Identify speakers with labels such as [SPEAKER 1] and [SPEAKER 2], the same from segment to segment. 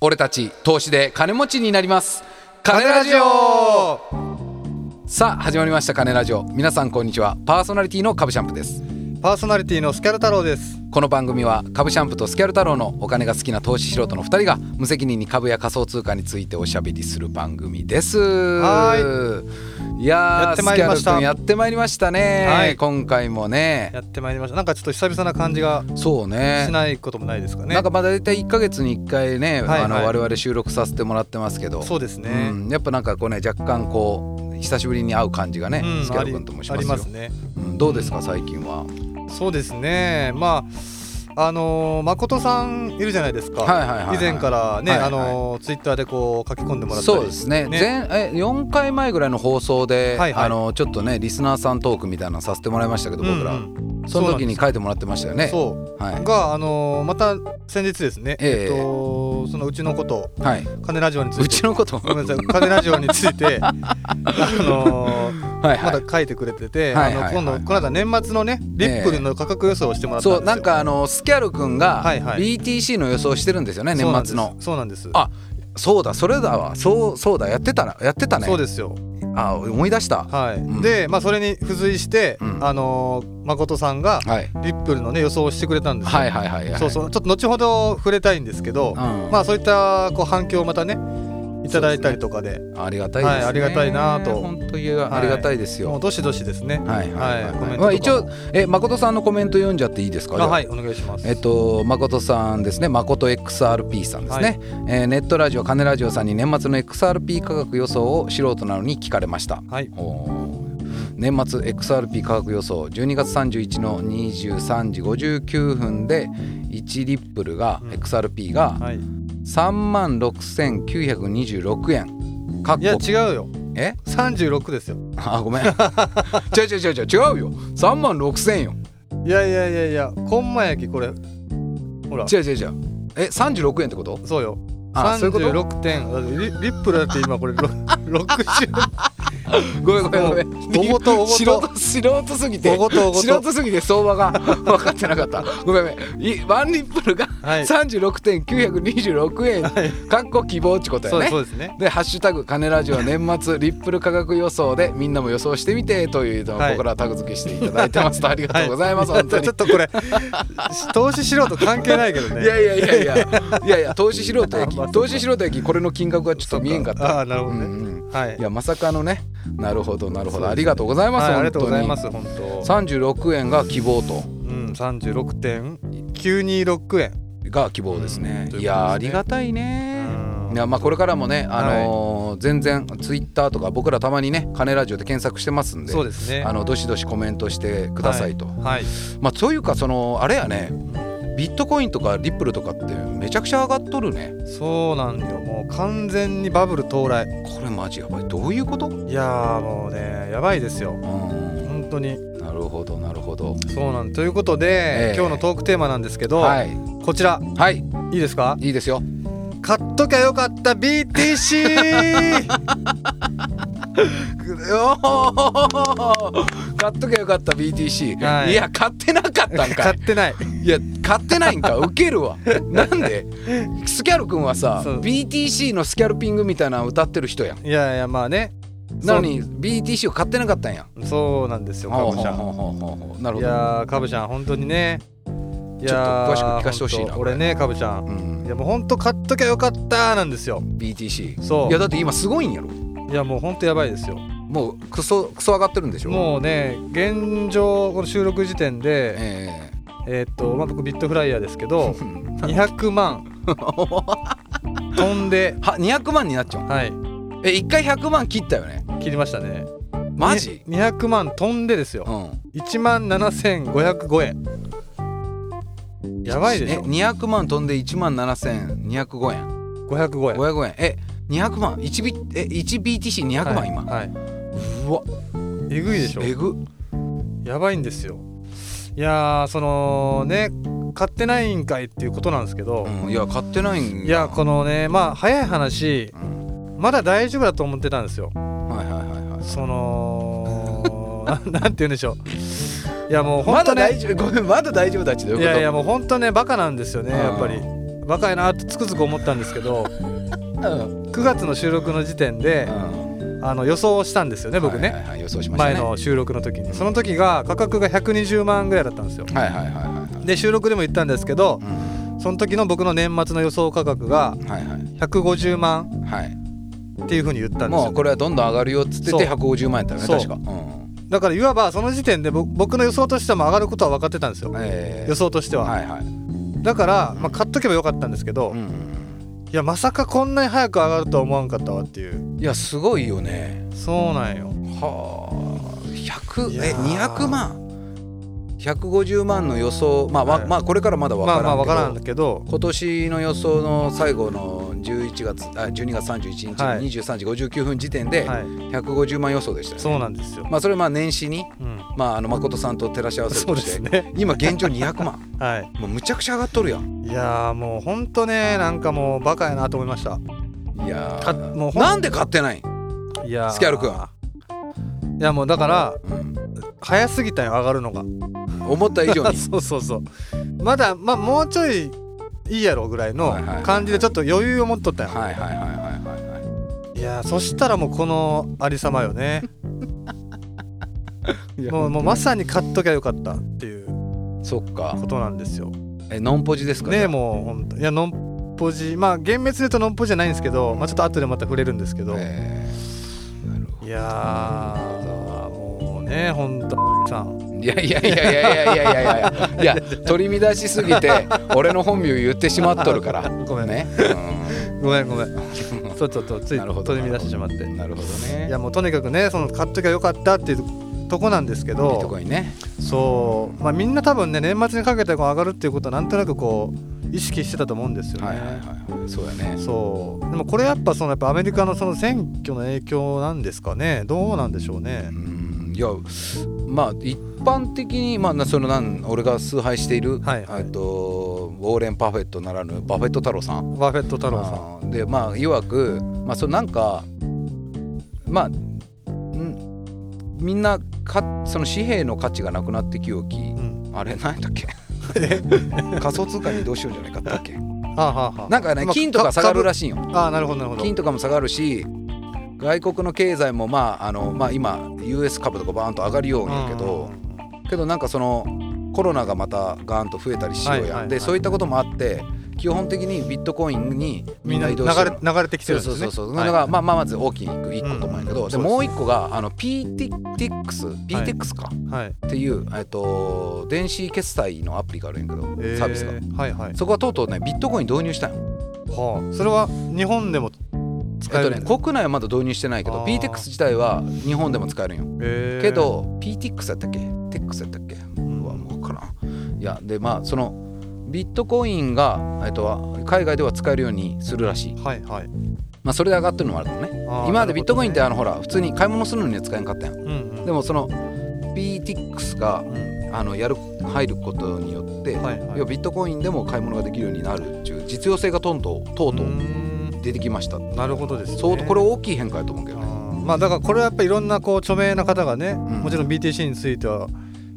[SPEAKER 1] 俺たち投資で金持ちになります金ラジオさあ始まりました金ラジオ皆さんこんにちはパーソナリティのカブシャンプです
[SPEAKER 2] パーソナリティのスキャル太郎です
[SPEAKER 1] この番組は株シャンプとスキャル太郎のお金が好きな投資素人の2人が無責任に株や仮想通貨についておしゃべりする番組です。
[SPEAKER 2] はい
[SPEAKER 1] やー
[SPEAKER 2] やってまいりました
[SPEAKER 1] スキャル君やってまいりましたね。
[SPEAKER 2] はい
[SPEAKER 1] 今回もね
[SPEAKER 2] や。ってまいりましたなんかちょっと久々な感じが
[SPEAKER 1] そうね
[SPEAKER 2] しないこともないですかね
[SPEAKER 1] なんかまだ大体1ヶ月に1回ね、
[SPEAKER 2] はい
[SPEAKER 1] あの
[SPEAKER 2] はい
[SPEAKER 1] 我々収録させてもらってますけど
[SPEAKER 2] そうですね
[SPEAKER 1] うんやっぱなんかこうね若干こう久しぶりに会う感じがね、
[SPEAKER 2] うん
[SPEAKER 1] スキャル君ともし
[SPEAKER 2] あ
[SPEAKER 1] ま
[SPEAKER 2] り
[SPEAKER 1] す
[SPEAKER 2] あり
[SPEAKER 1] よ
[SPEAKER 2] ますね
[SPEAKER 1] うんどうですか最近は、
[SPEAKER 2] そうですねまああのー誠さんいるじゃないですか、
[SPEAKER 1] はいはいはいはい
[SPEAKER 2] 以前からね、
[SPEAKER 1] はいはい
[SPEAKER 2] あのーツイッターでこう書き込んでもらったり
[SPEAKER 1] そうですね前え4回前ぐらいの放送で、
[SPEAKER 2] はいはい
[SPEAKER 1] あのちょっとねリスナーさんトークみたいなのさせてもらいましたけど
[SPEAKER 2] うんうん
[SPEAKER 1] 僕ら、その時に書いてもらってましたよね
[SPEAKER 2] そう
[SPEAKER 1] はい、
[SPEAKER 2] があのーまた先日ですね、
[SPEAKER 1] ええ
[SPEAKER 2] えっとそのうちのこと
[SPEAKER 1] はい、
[SPEAKER 2] 金ラジオにつ
[SPEAKER 1] う
[SPEAKER 2] い
[SPEAKER 1] ち
[SPEAKER 2] て
[SPEAKER 1] のこと
[SPEAKER 2] ごめんなさい金ラジオにつ いてあのー
[SPEAKER 1] はい
[SPEAKER 2] ま
[SPEAKER 1] は
[SPEAKER 2] だ
[SPEAKER 1] い
[SPEAKER 2] 書いてくれてて、
[SPEAKER 1] はいは
[SPEAKER 2] あの
[SPEAKER 1] いはい
[SPEAKER 2] 今度この間年末のねリップルの価格予想をしてもらったんで
[SPEAKER 1] そ
[SPEAKER 2] すよ。
[SPEAKER 1] うなんかあのスキャル君が
[SPEAKER 2] はいはい
[SPEAKER 1] BTC の予想してるんですよね年末の
[SPEAKER 2] そうなんです。そうなんです。
[SPEAKER 1] あそうだそれだわそうそうだやってたなやってたね
[SPEAKER 2] そうですよ。
[SPEAKER 1] あ思い出したは
[SPEAKER 2] はい。
[SPEAKER 1] うん
[SPEAKER 2] で、まあそれに付随して、
[SPEAKER 1] うん
[SPEAKER 2] あのー誠さんが
[SPEAKER 1] い
[SPEAKER 2] リップルのね予想をしてくれたんですよ。
[SPEAKER 1] はいはいはいはい
[SPEAKER 2] そうそう。ちょっと後ほど触れたいんですけど、
[SPEAKER 1] うん
[SPEAKER 2] まあそういったこう反響をまたねいただいたりとかで、
[SPEAKER 1] ありがたいですね、
[SPEAKER 2] はいありがたいなと
[SPEAKER 1] 本当にありがたいですよ、
[SPEAKER 2] もうどしどしですね。
[SPEAKER 1] はいはいはい、
[SPEAKER 2] はいコメントとかも
[SPEAKER 1] まあ一応え誠さんのコメント読んじゃっていいですか。じゃ
[SPEAKER 2] あ
[SPEAKER 1] あ
[SPEAKER 2] はいお願いします。
[SPEAKER 1] えっと、誠さんですね誠 XRP さんですね、
[SPEAKER 2] はい
[SPEAKER 1] えーネットラジオ金ラジオさんに年末の XRP 価格予想を素人なのに聞かれました
[SPEAKER 2] はい
[SPEAKER 1] おー年末 XRP 価格予想12月31の23時59分で1リップルが、
[SPEAKER 2] うん
[SPEAKER 1] XRP が
[SPEAKER 2] はい。
[SPEAKER 1] 3万6926円かっ
[SPEAKER 2] いや
[SPEAKER 1] こ
[SPEAKER 2] 違うよ。
[SPEAKER 1] え
[SPEAKER 2] 三十六ですよ。
[SPEAKER 1] あごめん違う違う違う違う違うよ3万6000よ
[SPEAKER 2] いやいやいやいや。コンマ焼きこれ。ほら。
[SPEAKER 1] 違う違う違うえ36円ってこと
[SPEAKER 2] そうよ。
[SPEAKER 1] あそういうこと
[SPEAKER 2] 36点だってリリップルだって今これろ 60
[SPEAKER 1] ごめんごめんごめん
[SPEAKER 2] おごとおごと
[SPEAKER 1] 素人素人すぎて
[SPEAKER 2] おごとおごと
[SPEAKER 1] 素人すぎて相場が 分かってなかったごめんごめんいワンリップルが
[SPEAKER 2] はい
[SPEAKER 1] 36.926円、かっこ希望ってこと
[SPEAKER 2] そ
[SPEAKER 1] や
[SPEAKER 2] うで
[SPEAKER 1] ね
[SPEAKER 2] すそうですね
[SPEAKER 1] で「ハッシュタグ金ラジオ年末リップル価格予想」でみんなも予想してみてというのを
[SPEAKER 2] はい
[SPEAKER 1] 僕らはタグ付けしていただいてますと、ありがとうございます、
[SPEAKER 2] は
[SPEAKER 1] 本当に
[SPEAKER 2] ちょっとこれ投資素人関係ないけどね
[SPEAKER 1] いやいやいやい やいやいや投資素人駅
[SPEAKER 2] まあ
[SPEAKER 1] 投資素人駅これの金額はちょっと見えんかった
[SPEAKER 2] ああーなるほどね、
[SPEAKER 1] うんうん
[SPEAKER 2] はい
[SPEAKER 1] いやまさかのねなるほどなるほど、
[SPEAKER 2] そうですね
[SPEAKER 1] ありがとうございます、
[SPEAKER 2] はい、あ
[SPEAKER 1] 本
[SPEAKER 2] りがとうございま
[SPEAKER 1] 当
[SPEAKER 2] す本当
[SPEAKER 1] に36円が希望と
[SPEAKER 2] うん36.926円
[SPEAKER 1] が希望ですね,、
[SPEAKER 2] うんということですね
[SPEAKER 1] いやーありがたいね
[SPEAKER 2] うん
[SPEAKER 1] いやまあこれからもね、あのー全然ツイッターとか僕らたまにね「金ラジオ」で検索してますんで
[SPEAKER 2] そうですね
[SPEAKER 1] あのどしどしコメントしてくださいと、
[SPEAKER 2] はい
[SPEAKER 1] まあというかそのあれやねビットコインとかリップルとかってめちゃくちゃ上がっとるね
[SPEAKER 2] そうなんよもう完全にバブル到来
[SPEAKER 1] これマジやばいどういうこと、うん、
[SPEAKER 2] いやーもうねやばいですよ本当に
[SPEAKER 1] なるほどなるほど
[SPEAKER 2] そうなんということで、
[SPEAKER 1] ええ
[SPEAKER 2] 今日のトークテーマなんですけど、
[SPEAKER 1] はい
[SPEAKER 2] こちら
[SPEAKER 1] はい
[SPEAKER 2] いいですか
[SPEAKER 1] いいですよ
[SPEAKER 2] 買っときゃよかった BTC
[SPEAKER 1] おー買っとけばよかった BTC、、
[SPEAKER 2] はいい
[SPEAKER 1] や買ってなかったんか
[SPEAKER 2] 買
[SPEAKER 1] い
[SPEAKER 2] ってない
[SPEAKER 1] いや買ってないんかウケるわなんでスキャル君はさ
[SPEAKER 2] そう
[SPEAKER 1] BTC のスキャルピングみたいなの歌ってる人やん
[SPEAKER 2] いやいやまあね
[SPEAKER 1] なのに BTC を買ってなかったんや
[SPEAKER 2] そうそうなんですよカ
[SPEAKER 1] ほう
[SPEAKER 2] ブ
[SPEAKER 1] ほ
[SPEAKER 2] ち
[SPEAKER 1] う
[SPEAKER 2] ゃん
[SPEAKER 1] ほうほうほうほうなる
[SPEAKER 2] い
[SPEAKER 1] ほど
[SPEAKER 2] やーカブちゃん本当にねいやー
[SPEAKER 1] ちょっと詳しく聞かせてほしいな
[SPEAKER 2] 本当
[SPEAKER 1] これ
[SPEAKER 2] 俺ねカブちゃん
[SPEAKER 1] う
[SPEAKER 2] い
[SPEAKER 1] ん
[SPEAKER 2] やもう本当買っときゃよかったなんですよ
[SPEAKER 1] BTC い
[SPEAKER 2] そうい
[SPEAKER 1] や
[SPEAKER 2] や
[SPEAKER 1] だって今すごいんやろ
[SPEAKER 2] もう本当やばいですよ
[SPEAKER 1] もうクソクソ上がってるんでしょう
[SPEAKER 2] もうね現状この収録時点で
[SPEAKER 1] え
[SPEAKER 2] えーっとまあ僕ビットフライヤーですけ
[SPEAKER 1] え
[SPEAKER 2] ど200万 飛んで
[SPEAKER 1] は200万になっちゃう
[SPEAKER 2] はい
[SPEAKER 1] え一回100万切ったよね
[SPEAKER 2] 切りましたね
[SPEAKER 1] マジ、
[SPEAKER 2] に200万飛んでですよ
[SPEAKER 1] うん
[SPEAKER 2] 1万7505円やばいでし
[SPEAKER 1] え
[SPEAKER 2] ょ
[SPEAKER 1] 200万飛んで1万7205円
[SPEAKER 2] 505円
[SPEAKER 1] 500円え200万 1B え 1BTC200 万、
[SPEAKER 2] はい
[SPEAKER 1] 今
[SPEAKER 2] はいう
[SPEAKER 1] わ
[SPEAKER 2] えぐいでしょ
[SPEAKER 1] えぐ
[SPEAKER 2] やばいんですよいやーそのね買ってないんかいっていうことなんですけど、
[SPEAKER 1] うんいや買ってないん
[SPEAKER 2] いやこのねまあ早い話
[SPEAKER 1] うん
[SPEAKER 2] まだ大丈夫だと思ってたんですよ
[SPEAKER 1] はいはいはいはい
[SPEAKER 2] その ななんて言うんでしょういやもう
[SPEAKER 1] ま
[SPEAKER 2] 本
[SPEAKER 1] だ
[SPEAKER 2] 当
[SPEAKER 1] 大
[SPEAKER 2] ね
[SPEAKER 1] 丈夫ごめんまだ大丈夫だっちどう
[SPEAKER 2] い
[SPEAKER 1] いうこと
[SPEAKER 2] やいやもう本当ねバカなんですよね
[SPEAKER 1] うん
[SPEAKER 2] やっぱり若いなってつくづく思ったんです けど
[SPEAKER 1] うん
[SPEAKER 2] 9月の収録の時点であの予想をしたんですよね僕ね、
[SPEAKER 1] はいはいはい予想しましたね
[SPEAKER 2] 前の収録の時にその時が価格が120万ぐらいだったんですよ
[SPEAKER 1] はいはいはいはいはい
[SPEAKER 2] で収録でも言ったんですけど
[SPEAKER 1] うん
[SPEAKER 2] その時の僕の年末の予想価格が
[SPEAKER 1] はいはい
[SPEAKER 2] 150万
[SPEAKER 1] はい
[SPEAKER 2] っていうふうに言ったんです
[SPEAKER 1] も
[SPEAKER 2] よ
[SPEAKER 1] うこれはどんどん上がるよっつってて
[SPEAKER 2] そう
[SPEAKER 1] 150万円やったよね確
[SPEAKER 2] そ
[SPEAKER 1] か
[SPEAKER 2] う
[SPEAKER 1] うん
[SPEAKER 2] だからいわばその時点で僕僕の予想としても上がることは分かってたんですよ
[SPEAKER 1] えー
[SPEAKER 2] 予想としては、
[SPEAKER 1] はいはい
[SPEAKER 2] だから、まあ、買っとけばよかったんですけど、
[SPEAKER 1] う
[SPEAKER 2] い
[SPEAKER 1] ん
[SPEAKER 2] やまさかこんなに早く上がるとは思わんかったわっていう
[SPEAKER 1] いやすごいよね
[SPEAKER 2] そうなんよ
[SPEAKER 1] はあ100
[SPEAKER 2] いや
[SPEAKER 1] え
[SPEAKER 2] ー
[SPEAKER 1] 200万150万の予想まあ、わ
[SPEAKER 2] はい
[SPEAKER 1] まあこれからまだ分か
[SPEAKER 2] ま
[SPEAKER 1] ら
[SPEAKER 2] あ
[SPEAKER 1] んけ
[SPEAKER 2] ま
[SPEAKER 1] ど
[SPEAKER 2] あ分からんけど
[SPEAKER 1] 今年の予想の最後の11月あ12月31日の
[SPEAKER 2] はい
[SPEAKER 1] 23時59分時点で
[SPEAKER 2] はい
[SPEAKER 1] 150万予想でしたよね、
[SPEAKER 2] そうなんですよ、
[SPEAKER 1] まあそれはまあ年始に、
[SPEAKER 2] うん、
[SPEAKER 1] まあ、あの誠さんと照らし合わせる
[SPEAKER 2] そ
[SPEAKER 1] と
[SPEAKER 2] うで
[SPEAKER 1] して
[SPEAKER 2] すね
[SPEAKER 1] 今現状200万
[SPEAKER 2] はい
[SPEAKER 1] もうむちゃくちゃ上がっとるやん
[SPEAKER 2] いやーもうほんとねなんかもうバカやなと思いました
[SPEAKER 1] いや
[SPEAKER 2] か
[SPEAKER 1] ー
[SPEAKER 2] もうほん
[SPEAKER 1] なんで買ってないん、
[SPEAKER 2] いやー
[SPEAKER 1] スキャル君
[SPEAKER 2] いやもうだから
[SPEAKER 1] うん
[SPEAKER 2] 早すぎたよ上がるのが
[SPEAKER 1] 思った以上 に
[SPEAKER 2] そうそうそうまだまあもうちょいいいやろぐらいの
[SPEAKER 1] はいはいはい
[SPEAKER 2] 感じでちょっと余裕を持っとったよ、
[SPEAKER 1] はいはいはいはいはい
[SPEAKER 2] い、やーそしたらもうこのありさまよね
[SPEAKER 1] いや
[SPEAKER 2] もうもうまさに買っときゃよかったっていう
[SPEAKER 1] そっか
[SPEAKER 2] ことなんですよ
[SPEAKER 1] えノンポジですか
[SPEAKER 2] ねもうほんといやノンポジまあ厳密に言うとノンポジじゃないんですけど、まあ、ちょっと後でまた触れるんですけど、
[SPEAKER 1] えーなるほ
[SPEAKER 2] いやーもうねほんとさん
[SPEAKER 1] どいやいやいやいやいやいやいやいやいや取り乱しすぎて俺の本名言ってしまっとるから
[SPEAKER 2] ごめん
[SPEAKER 1] ね、
[SPEAKER 2] ごめんごめんそうちょっとつい
[SPEAKER 1] なるほど
[SPEAKER 2] 取り乱してしまって
[SPEAKER 1] うん、
[SPEAKER 2] い
[SPEAKER 1] なるほどね
[SPEAKER 2] やもうとにかくねその買っときゃよかったっていうとこなんですけ
[SPEAKER 1] ビット
[SPEAKER 2] ど
[SPEAKER 1] コインね
[SPEAKER 2] そうまあみんな多分ね年末にかけてこう上がるっていうことはなんとなくこう意識してたと思うんですよね、
[SPEAKER 1] はいはいはいはいそうやね
[SPEAKER 2] そうでもこれやっぱそのやっぱアメリカのその選挙の影響なんですかねどうなんでしょうね
[SPEAKER 1] うんいやまあ一般的にまあなそのなん俺が崇拝している、
[SPEAKER 2] はいはい
[SPEAKER 1] えっとウォーレン・パフェットならぬバフェット太郎さん
[SPEAKER 2] バフェット太郎さん
[SPEAKER 1] あーでまあいわくまあそのなんかまあんみんなかその紙幣の価値がなくなってきよき、
[SPEAKER 2] うん
[SPEAKER 1] あれ何だ っけ仮想通貨にどうしようじゃないかったっけ
[SPEAKER 2] はあはあはあ
[SPEAKER 1] なんかね
[SPEAKER 2] まあ
[SPEAKER 1] 金とか下がるらしいよ
[SPEAKER 2] ああなるほどなるほど
[SPEAKER 1] 金とかも下がるし外国の経済もまああの、まあ、今 US 株とかバーンと上がるようにやけど、
[SPEAKER 2] うん
[SPEAKER 1] けどなんかそのコロナがまたガーンと増えたりしようやん、
[SPEAKER 2] はいはいはい
[SPEAKER 1] でそういったこともあって基本的にビットコインにみん
[SPEAKER 2] みん
[SPEAKER 1] な
[SPEAKER 2] な
[SPEAKER 1] 移
[SPEAKER 2] 流
[SPEAKER 1] 動して
[SPEAKER 2] れ
[SPEAKER 1] る
[SPEAKER 2] 流れてきて
[SPEAKER 1] そう
[SPEAKER 2] るんです
[SPEAKER 1] そ
[SPEAKER 2] ね
[SPEAKER 1] うそうそう、
[SPEAKER 2] はい
[SPEAKER 1] のがまあまあまず大きい一個と思うんやけど、
[SPEAKER 2] うん
[SPEAKER 1] で
[SPEAKER 2] そうです
[SPEAKER 1] もう一個があの PTX PTX か、
[SPEAKER 2] はい
[SPEAKER 1] っていう、えっと、電子決済のアプリがあるんやけど、
[SPEAKER 2] え
[SPEAKER 1] サービスが
[SPEAKER 2] はいはい
[SPEAKER 1] そこはとうとうねビットコイン導入したんよ、
[SPEAKER 2] はあそれは日本でも使
[SPEAKER 1] えっと
[SPEAKER 2] えるん
[SPEAKER 1] ね、
[SPEAKER 2] ですか
[SPEAKER 1] 国内はまだ導入してないけど
[SPEAKER 2] あー
[SPEAKER 1] PTX 自体は日本でも使えるんよ
[SPEAKER 2] えー
[SPEAKER 1] けど PTX やったっけ TEX やったっけうわもうかないやでまあそのビットコインが、えっと、海外では使えるようにするらしい、
[SPEAKER 2] はいはい
[SPEAKER 1] まあ、それで上がってるのもあるかもね
[SPEAKER 2] あー
[SPEAKER 1] 今までビットコインって
[SPEAKER 2] な
[SPEAKER 1] あ
[SPEAKER 2] る
[SPEAKER 1] のほら普通に買い物するのには使えんかったやん
[SPEAKER 2] ほどねうんうん
[SPEAKER 1] でもその PTX が
[SPEAKER 2] うん
[SPEAKER 1] あのやる入ることによって、
[SPEAKER 2] はいはい
[SPEAKER 1] 要はビットコインでも買い物ができるようになるっていう実用性がとんととうと
[SPEAKER 2] う
[SPEAKER 1] う
[SPEAKER 2] ー
[SPEAKER 1] 出てきました、
[SPEAKER 2] んなるほどですね
[SPEAKER 1] 相当これ大きい変化やと思うけ
[SPEAKER 2] あ
[SPEAKER 1] どね
[SPEAKER 2] ーまあだからこれはやっぱいろんなこう著名な方がね
[SPEAKER 1] ん
[SPEAKER 2] もちろん BTC については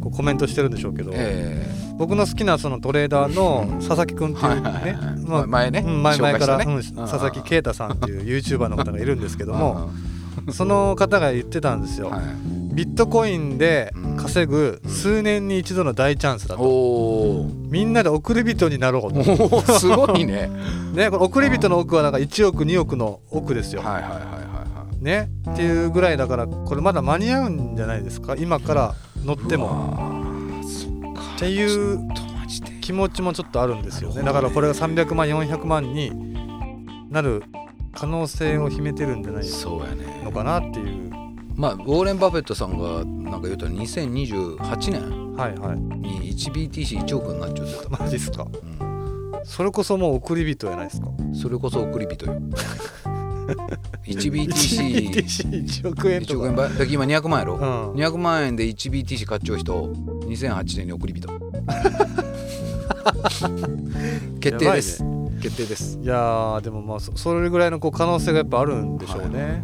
[SPEAKER 2] こうコメントしてるんでしょうけど
[SPEAKER 1] え
[SPEAKER 2] 僕の好きなそのトレーダーの
[SPEAKER 1] うん
[SPEAKER 2] 佐々木くんって
[SPEAKER 1] はいいうはいはい
[SPEAKER 2] ね
[SPEAKER 1] はい
[SPEAKER 2] まあ
[SPEAKER 1] 前ね
[SPEAKER 2] うん前々から
[SPEAKER 1] 紹介したね
[SPEAKER 2] うん佐々木啓太さんっていう YouTuber の方がいるんですけ
[SPEAKER 1] え
[SPEAKER 2] どもその方が言ってたんですよ、
[SPEAKER 1] はい
[SPEAKER 2] ビットコインで稼ぐ数年に一度の大チャンスだ
[SPEAKER 1] お
[SPEAKER 2] と、
[SPEAKER 1] お
[SPEAKER 2] みんなで送り人になろうと、
[SPEAKER 1] お ーすごいね
[SPEAKER 2] ね、この送り人の奥はなんか1億2億の奥ですよ、
[SPEAKER 1] はいはいはいはいはい
[SPEAKER 2] ねっていうぐらいだからこれまだ間に合うんじゃないですか今から乗って
[SPEAKER 1] う
[SPEAKER 2] も
[SPEAKER 1] わーそっか
[SPEAKER 2] っていう
[SPEAKER 1] ちょっとマジで
[SPEAKER 2] 気持ちもちょっとあるんですよね
[SPEAKER 1] な
[SPEAKER 2] だ
[SPEAKER 1] るほ
[SPEAKER 2] か
[SPEAKER 1] ど
[SPEAKER 2] らこれが300万400万になる可能性を秘めてるんじゃない
[SPEAKER 1] そうやね
[SPEAKER 2] のかなっていう
[SPEAKER 1] まあウォーレン・バフェットさんがなんか言うと2028年
[SPEAKER 2] はいはい
[SPEAKER 1] に 1BTC1 億になっちゃうって言って
[SPEAKER 2] マジっすか
[SPEAKER 1] た、うん
[SPEAKER 2] それこそもう送り人やないですか
[SPEAKER 1] それこそ送り人 よ 1BTC1
[SPEAKER 2] 1BTC1 億円と
[SPEAKER 1] 億
[SPEAKER 2] か
[SPEAKER 1] 円倍だから今200万やろ、
[SPEAKER 2] うん
[SPEAKER 1] 200万円で 1BTC 買っちゃう人2008年に送り 人決定です、決定です
[SPEAKER 2] いやーでもまあそそれぐらいのこう可能性がやっぱあるんでしょうね、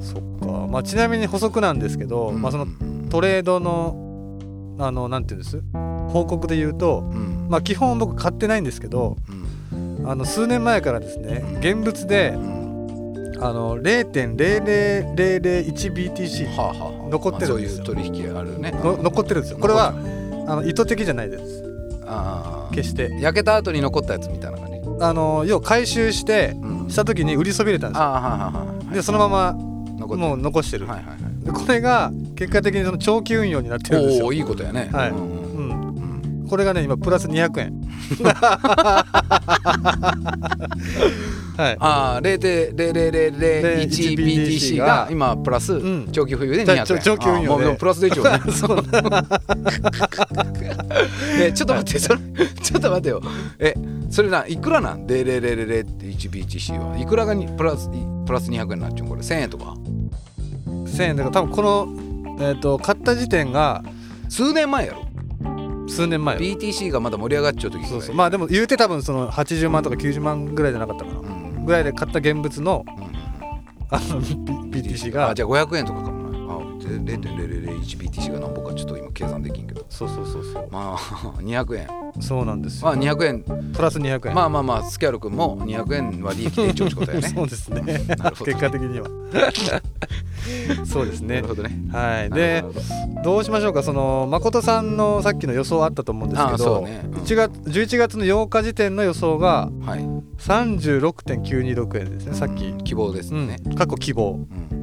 [SPEAKER 2] そっか、まあ、ちなみに補足なんですけど、
[SPEAKER 1] はい
[SPEAKER 2] まあ、その
[SPEAKER 1] うん
[SPEAKER 2] トレードのあのなんていうんです報告で言うと、
[SPEAKER 1] うん
[SPEAKER 2] まあ、基本僕買ってないんですけど
[SPEAKER 1] うん
[SPEAKER 2] あの数年前からですね現物で
[SPEAKER 1] うん
[SPEAKER 2] あの 0.00001BTC
[SPEAKER 1] はあはあはあ
[SPEAKER 2] 残って
[SPEAKER 1] まあそ
[SPEAKER 2] るんですよ
[SPEAKER 1] ういう取引あるね
[SPEAKER 2] の残ってるんですよこれはあの意図的じゃないです
[SPEAKER 1] ああ
[SPEAKER 2] 決して
[SPEAKER 1] 焼けた後に残ったやつみたいな感じ、う
[SPEAKER 2] あの要は回収して
[SPEAKER 1] ん
[SPEAKER 2] した時に売りそびれたんです
[SPEAKER 1] あ
[SPEAKER 2] よ
[SPEAKER 1] あはいはいはい
[SPEAKER 2] でそのまま
[SPEAKER 1] 残って
[SPEAKER 2] もう残して
[SPEAKER 1] る
[SPEAKER 2] る
[SPEAKER 1] はいはいはい
[SPEAKER 2] でこれが結果的にその長期運用になってるんです
[SPEAKER 1] おお
[SPEAKER 2] よ
[SPEAKER 1] ーいいことやね
[SPEAKER 2] はい
[SPEAKER 1] うん
[SPEAKER 2] う
[SPEAKER 1] うん
[SPEAKER 2] ん
[SPEAKER 1] うん
[SPEAKER 2] これがね今プラス200円 はい
[SPEAKER 1] ああ 0.00001BTC が今プラス
[SPEAKER 2] ん
[SPEAKER 1] 長期冬で
[SPEAKER 2] じゃあ
[SPEAKER 1] 200円
[SPEAKER 2] 長期運用で
[SPEAKER 1] あーもうもうプラスで一応ね
[SPEAKER 2] そんな
[SPEAKER 1] ねちょっと待ってそれちょっと待ってよえそれないくらなん0.00001BTC はいくらがにプラスプラス200円になっちゃうんこれ1000円とか
[SPEAKER 2] 1000円だから多分この、えー、と買った時点が
[SPEAKER 1] 数年前やろ
[SPEAKER 2] 数年前
[SPEAKER 1] BTC がまだ盛り上がっちゃう時ぐらい
[SPEAKER 2] そうそうまあでも言うて多分その80万とか90万ぐらいじゃなかったかな
[SPEAKER 1] うんうんうん
[SPEAKER 2] ぐらいで買った現物のあの B- BTC が
[SPEAKER 1] あじゃあ500円とかかもなあ0.001BTC が何本かちょっと今計算できんけど
[SPEAKER 2] そうそうそうそう
[SPEAKER 1] まあ 200円
[SPEAKER 2] そうなんです
[SPEAKER 1] ま
[SPEAKER 2] よ
[SPEAKER 1] あ200円
[SPEAKER 2] プラス200円
[SPEAKER 1] まあまあまあスキャル君も200円は利益で一応ってことやね
[SPEAKER 2] そうですね
[SPEAKER 1] うんなるほど
[SPEAKER 2] 結果的 にはそうです
[SPEAKER 1] な
[SPEAKER 2] ね
[SPEAKER 1] るほどね
[SPEAKER 2] はいで
[SPEAKER 1] なるほど
[SPEAKER 2] どうしましょうかその誠さんのさっきの予想あったと思うんです
[SPEAKER 1] あ
[SPEAKER 2] け
[SPEAKER 1] あそう
[SPEAKER 2] ど、
[SPEAKER 1] ね、うん
[SPEAKER 2] 1月11月の8日時点の予想が
[SPEAKER 1] はい
[SPEAKER 2] 36.926円ですねさっき、
[SPEAKER 1] 希望です
[SPEAKER 2] うん
[SPEAKER 1] ね、
[SPEAKER 2] 過去希望
[SPEAKER 1] うん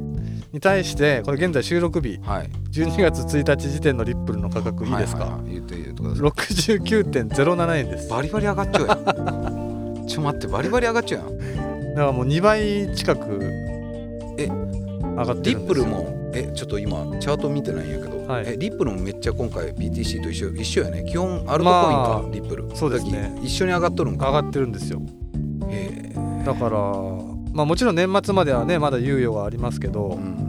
[SPEAKER 2] に対してこれ現在収録日
[SPEAKER 1] はい
[SPEAKER 2] 12月1日時点のリップルの価格いいですか、
[SPEAKER 1] はははい言って言ってください
[SPEAKER 2] 69.07円ですだか
[SPEAKER 1] バリバリ上が っちゃうやんちょ待ってバリバリ上がっちゃうやん
[SPEAKER 2] らもう2倍近く
[SPEAKER 1] え
[SPEAKER 2] 上がって
[SPEAKER 1] リ
[SPEAKER 2] るん
[SPEAKER 1] ッ
[SPEAKER 2] で
[SPEAKER 1] プ
[SPEAKER 2] すよ
[SPEAKER 1] ルもえちょっと今チャート見てないんやけど、
[SPEAKER 2] はい
[SPEAKER 1] えリップルもめっちゃ今回 BTC と一緒一緒やね基本アルトコインか、
[SPEAKER 2] まあ
[SPEAKER 1] リップル
[SPEAKER 2] そうですね
[SPEAKER 1] 一緒に上がっとるんか
[SPEAKER 2] 上がってるんですよ
[SPEAKER 1] へえ
[SPEAKER 2] だからまあもちろん年末まではねまだ猶予がありますけ
[SPEAKER 1] う
[SPEAKER 2] ど
[SPEAKER 1] ん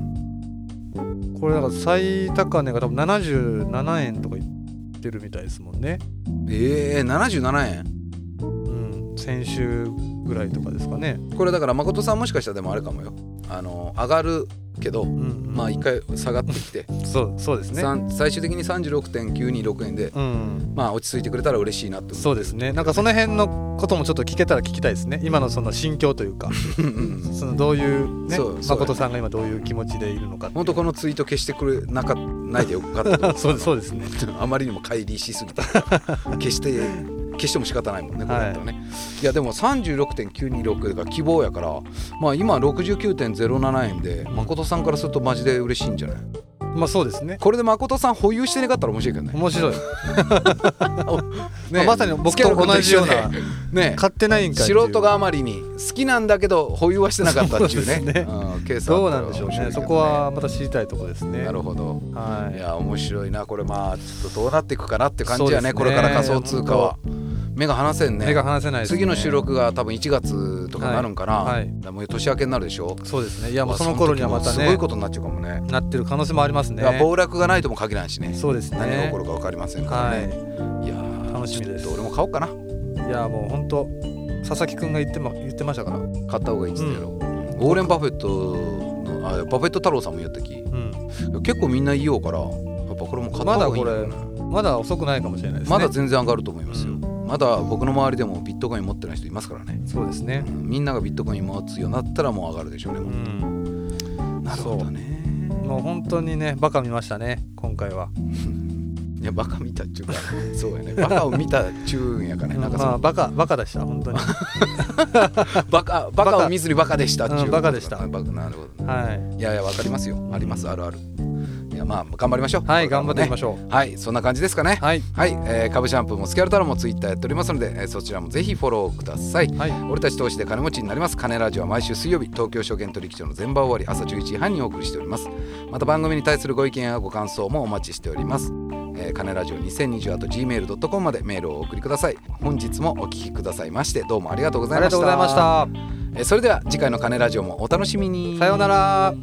[SPEAKER 2] これだから最高値が多分77円とかいってるみたいですもんね、
[SPEAKER 1] えー、77円
[SPEAKER 2] うん、先週ぐらいとかですかね、
[SPEAKER 1] これだから誠さんもしかしたらでもあれかもよあの上がるけど
[SPEAKER 2] うんうん
[SPEAKER 1] まあ一回下がってき て、
[SPEAKER 2] そうそうですね
[SPEAKER 1] さん最終的に36.926円で
[SPEAKER 2] うん
[SPEAKER 1] まあ落ち着いてくれたら嬉しいなって
[SPEAKER 2] そうですねなんかその辺のこともちょっと聞けたら聞きたいですね今のその心境というか
[SPEAKER 1] うんうん
[SPEAKER 2] そのどういうね
[SPEAKER 1] そうそう
[SPEAKER 2] 誠さんが今どういう気持ちでいるのかっていう
[SPEAKER 1] 本当このツイート消してくれなかないでよかったと思
[SPEAKER 2] そうですそうですね
[SPEAKER 1] あまりにも乖離しすぎたから消して消しても仕方ないもんねこれだったらね、い、やでも36.926が希望やからまあ今69.07円で誠さんからするとマジで嬉しいんじゃない
[SPEAKER 2] まあそうですね
[SPEAKER 1] これで誠さん保有してなかったら面白いけどね
[SPEAKER 2] 面白い、
[SPEAKER 1] ね
[SPEAKER 2] まさに僕と同じような
[SPEAKER 1] ね
[SPEAKER 2] 買ってないんかいっていう
[SPEAKER 1] 素人があまりに好きなんだけど保有はしてなかったっていうね
[SPEAKER 2] そうですね
[SPEAKER 1] うんケースは
[SPEAKER 2] どうなんでしょうねそこはまた知りたいところですね
[SPEAKER 1] なるほど
[SPEAKER 2] はいい
[SPEAKER 1] や面白いなこれまあちょっとどうなっていくかなって感じやね
[SPEAKER 2] そうですね
[SPEAKER 1] これから仮想通貨は目が離せんね
[SPEAKER 2] 目が離せないですね
[SPEAKER 1] 次の収録が多分1月とかになるんかな、
[SPEAKER 2] はいは
[SPEAKER 1] だ
[SPEAKER 2] い
[SPEAKER 1] からもう年明けになるでしょ
[SPEAKER 2] そうですねいやもう
[SPEAKER 1] わ
[SPEAKER 2] その頃にはまた
[SPEAKER 1] その時もすごい
[SPEAKER 2] ね
[SPEAKER 1] ことになっちゃうかもね
[SPEAKER 2] なってる可能性もあります
[SPEAKER 1] だから
[SPEAKER 2] ね
[SPEAKER 1] 暴落がないとも限らんしね
[SPEAKER 2] そうですね
[SPEAKER 1] 何が起こるか分かりませんからね、、
[SPEAKER 2] はい
[SPEAKER 1] やー
[SPEAKER 2] 楽しみです
[SPEAKER 1] ちょっと俺も買おうかない
[SPEAKER 2] やもう本当佐々木くんが言って,、ま、言ってましたからう
[SPEAKER 1] 買った方がいいっつってやろう、ウォーレン・バフェットのあバフェット太郎さんも言ったき
[SPEAKER 2] ん
[SPEAKER 1] 結構みんな言おうからやっぱこれも買った方がいいんだよね
[SPEAKER 2] ままだ遅くないかもしれないですね
[SPEAKER 1] まだ全然上がると思いますよ、
[SPEAKER 2] うん
[SPEAKER 1] まだ僕の周りでもビットコイン持ってない人いますからね
[SPEAKER 2] そうですね
[SPEAKER 1] うんみんながビットコイン持つようになったらもう上がるでしょうね、
[SPEAKER 2] うん
[SPEAKER 1] なるほどね
[SPEAKER 2] もう本当にねバカ見ましたね今回は、
[SPEAKER 1] いやバカ見たっちゅうかそうやねバカを見たっちゅうんやからねなんかそ
[SPEAKER 2] まあ
[SPEAKER 1] の
[SPEAKER 2] バカバカでした本当 には
[SPEAKER 1] バカバカを見ずにバカでしたっちゅう、
[SPEAKER 2] うんバカでした
[SPEAKER 1] バカなるほど、
[SPEAKER 2] い
[SPEAKER 1] いやいやわかりますよありますあるあるいやまあ頑張りましょう
[SPEAKER 2] はい頑張っていきま
[SPEAKER 1] し
[SPEAKER 2] しょう、
[SPEAKER 1] ょうはいそんな感じですかね
[SPEAKER 2] はい
[SPEAKER 1] はい、えー、株シャンプーもスキャルタロもツイッターやっておりますので、えーそちらもぜひフォローください
[SPEAKER 2] はい
[SPEAKER 1] 俺たち投資で金持ちになります金ラジオは毎週水曜日東京証券取引所の前場終わり朝11時半にお送りしておりますまた番組に対するご意見やご感想もお待ちしております、えー、金ラジオ2020あと gmail.com までメールをお送りください本日もお聞きくださいましてどうもありがとうご
[SPEAKER 2] あ
[SPEAKER 1] ざい
[SPEAKER 2] り
[SPEAKER 1] ま
[SPEAKER 2] が
[SPEAKER 1] した
[SPEAKER 2] とうございました
[SPEAKER 1] えーそれでは次回の金ラジオもお楽しみに
[SPEAKER 2] さようなら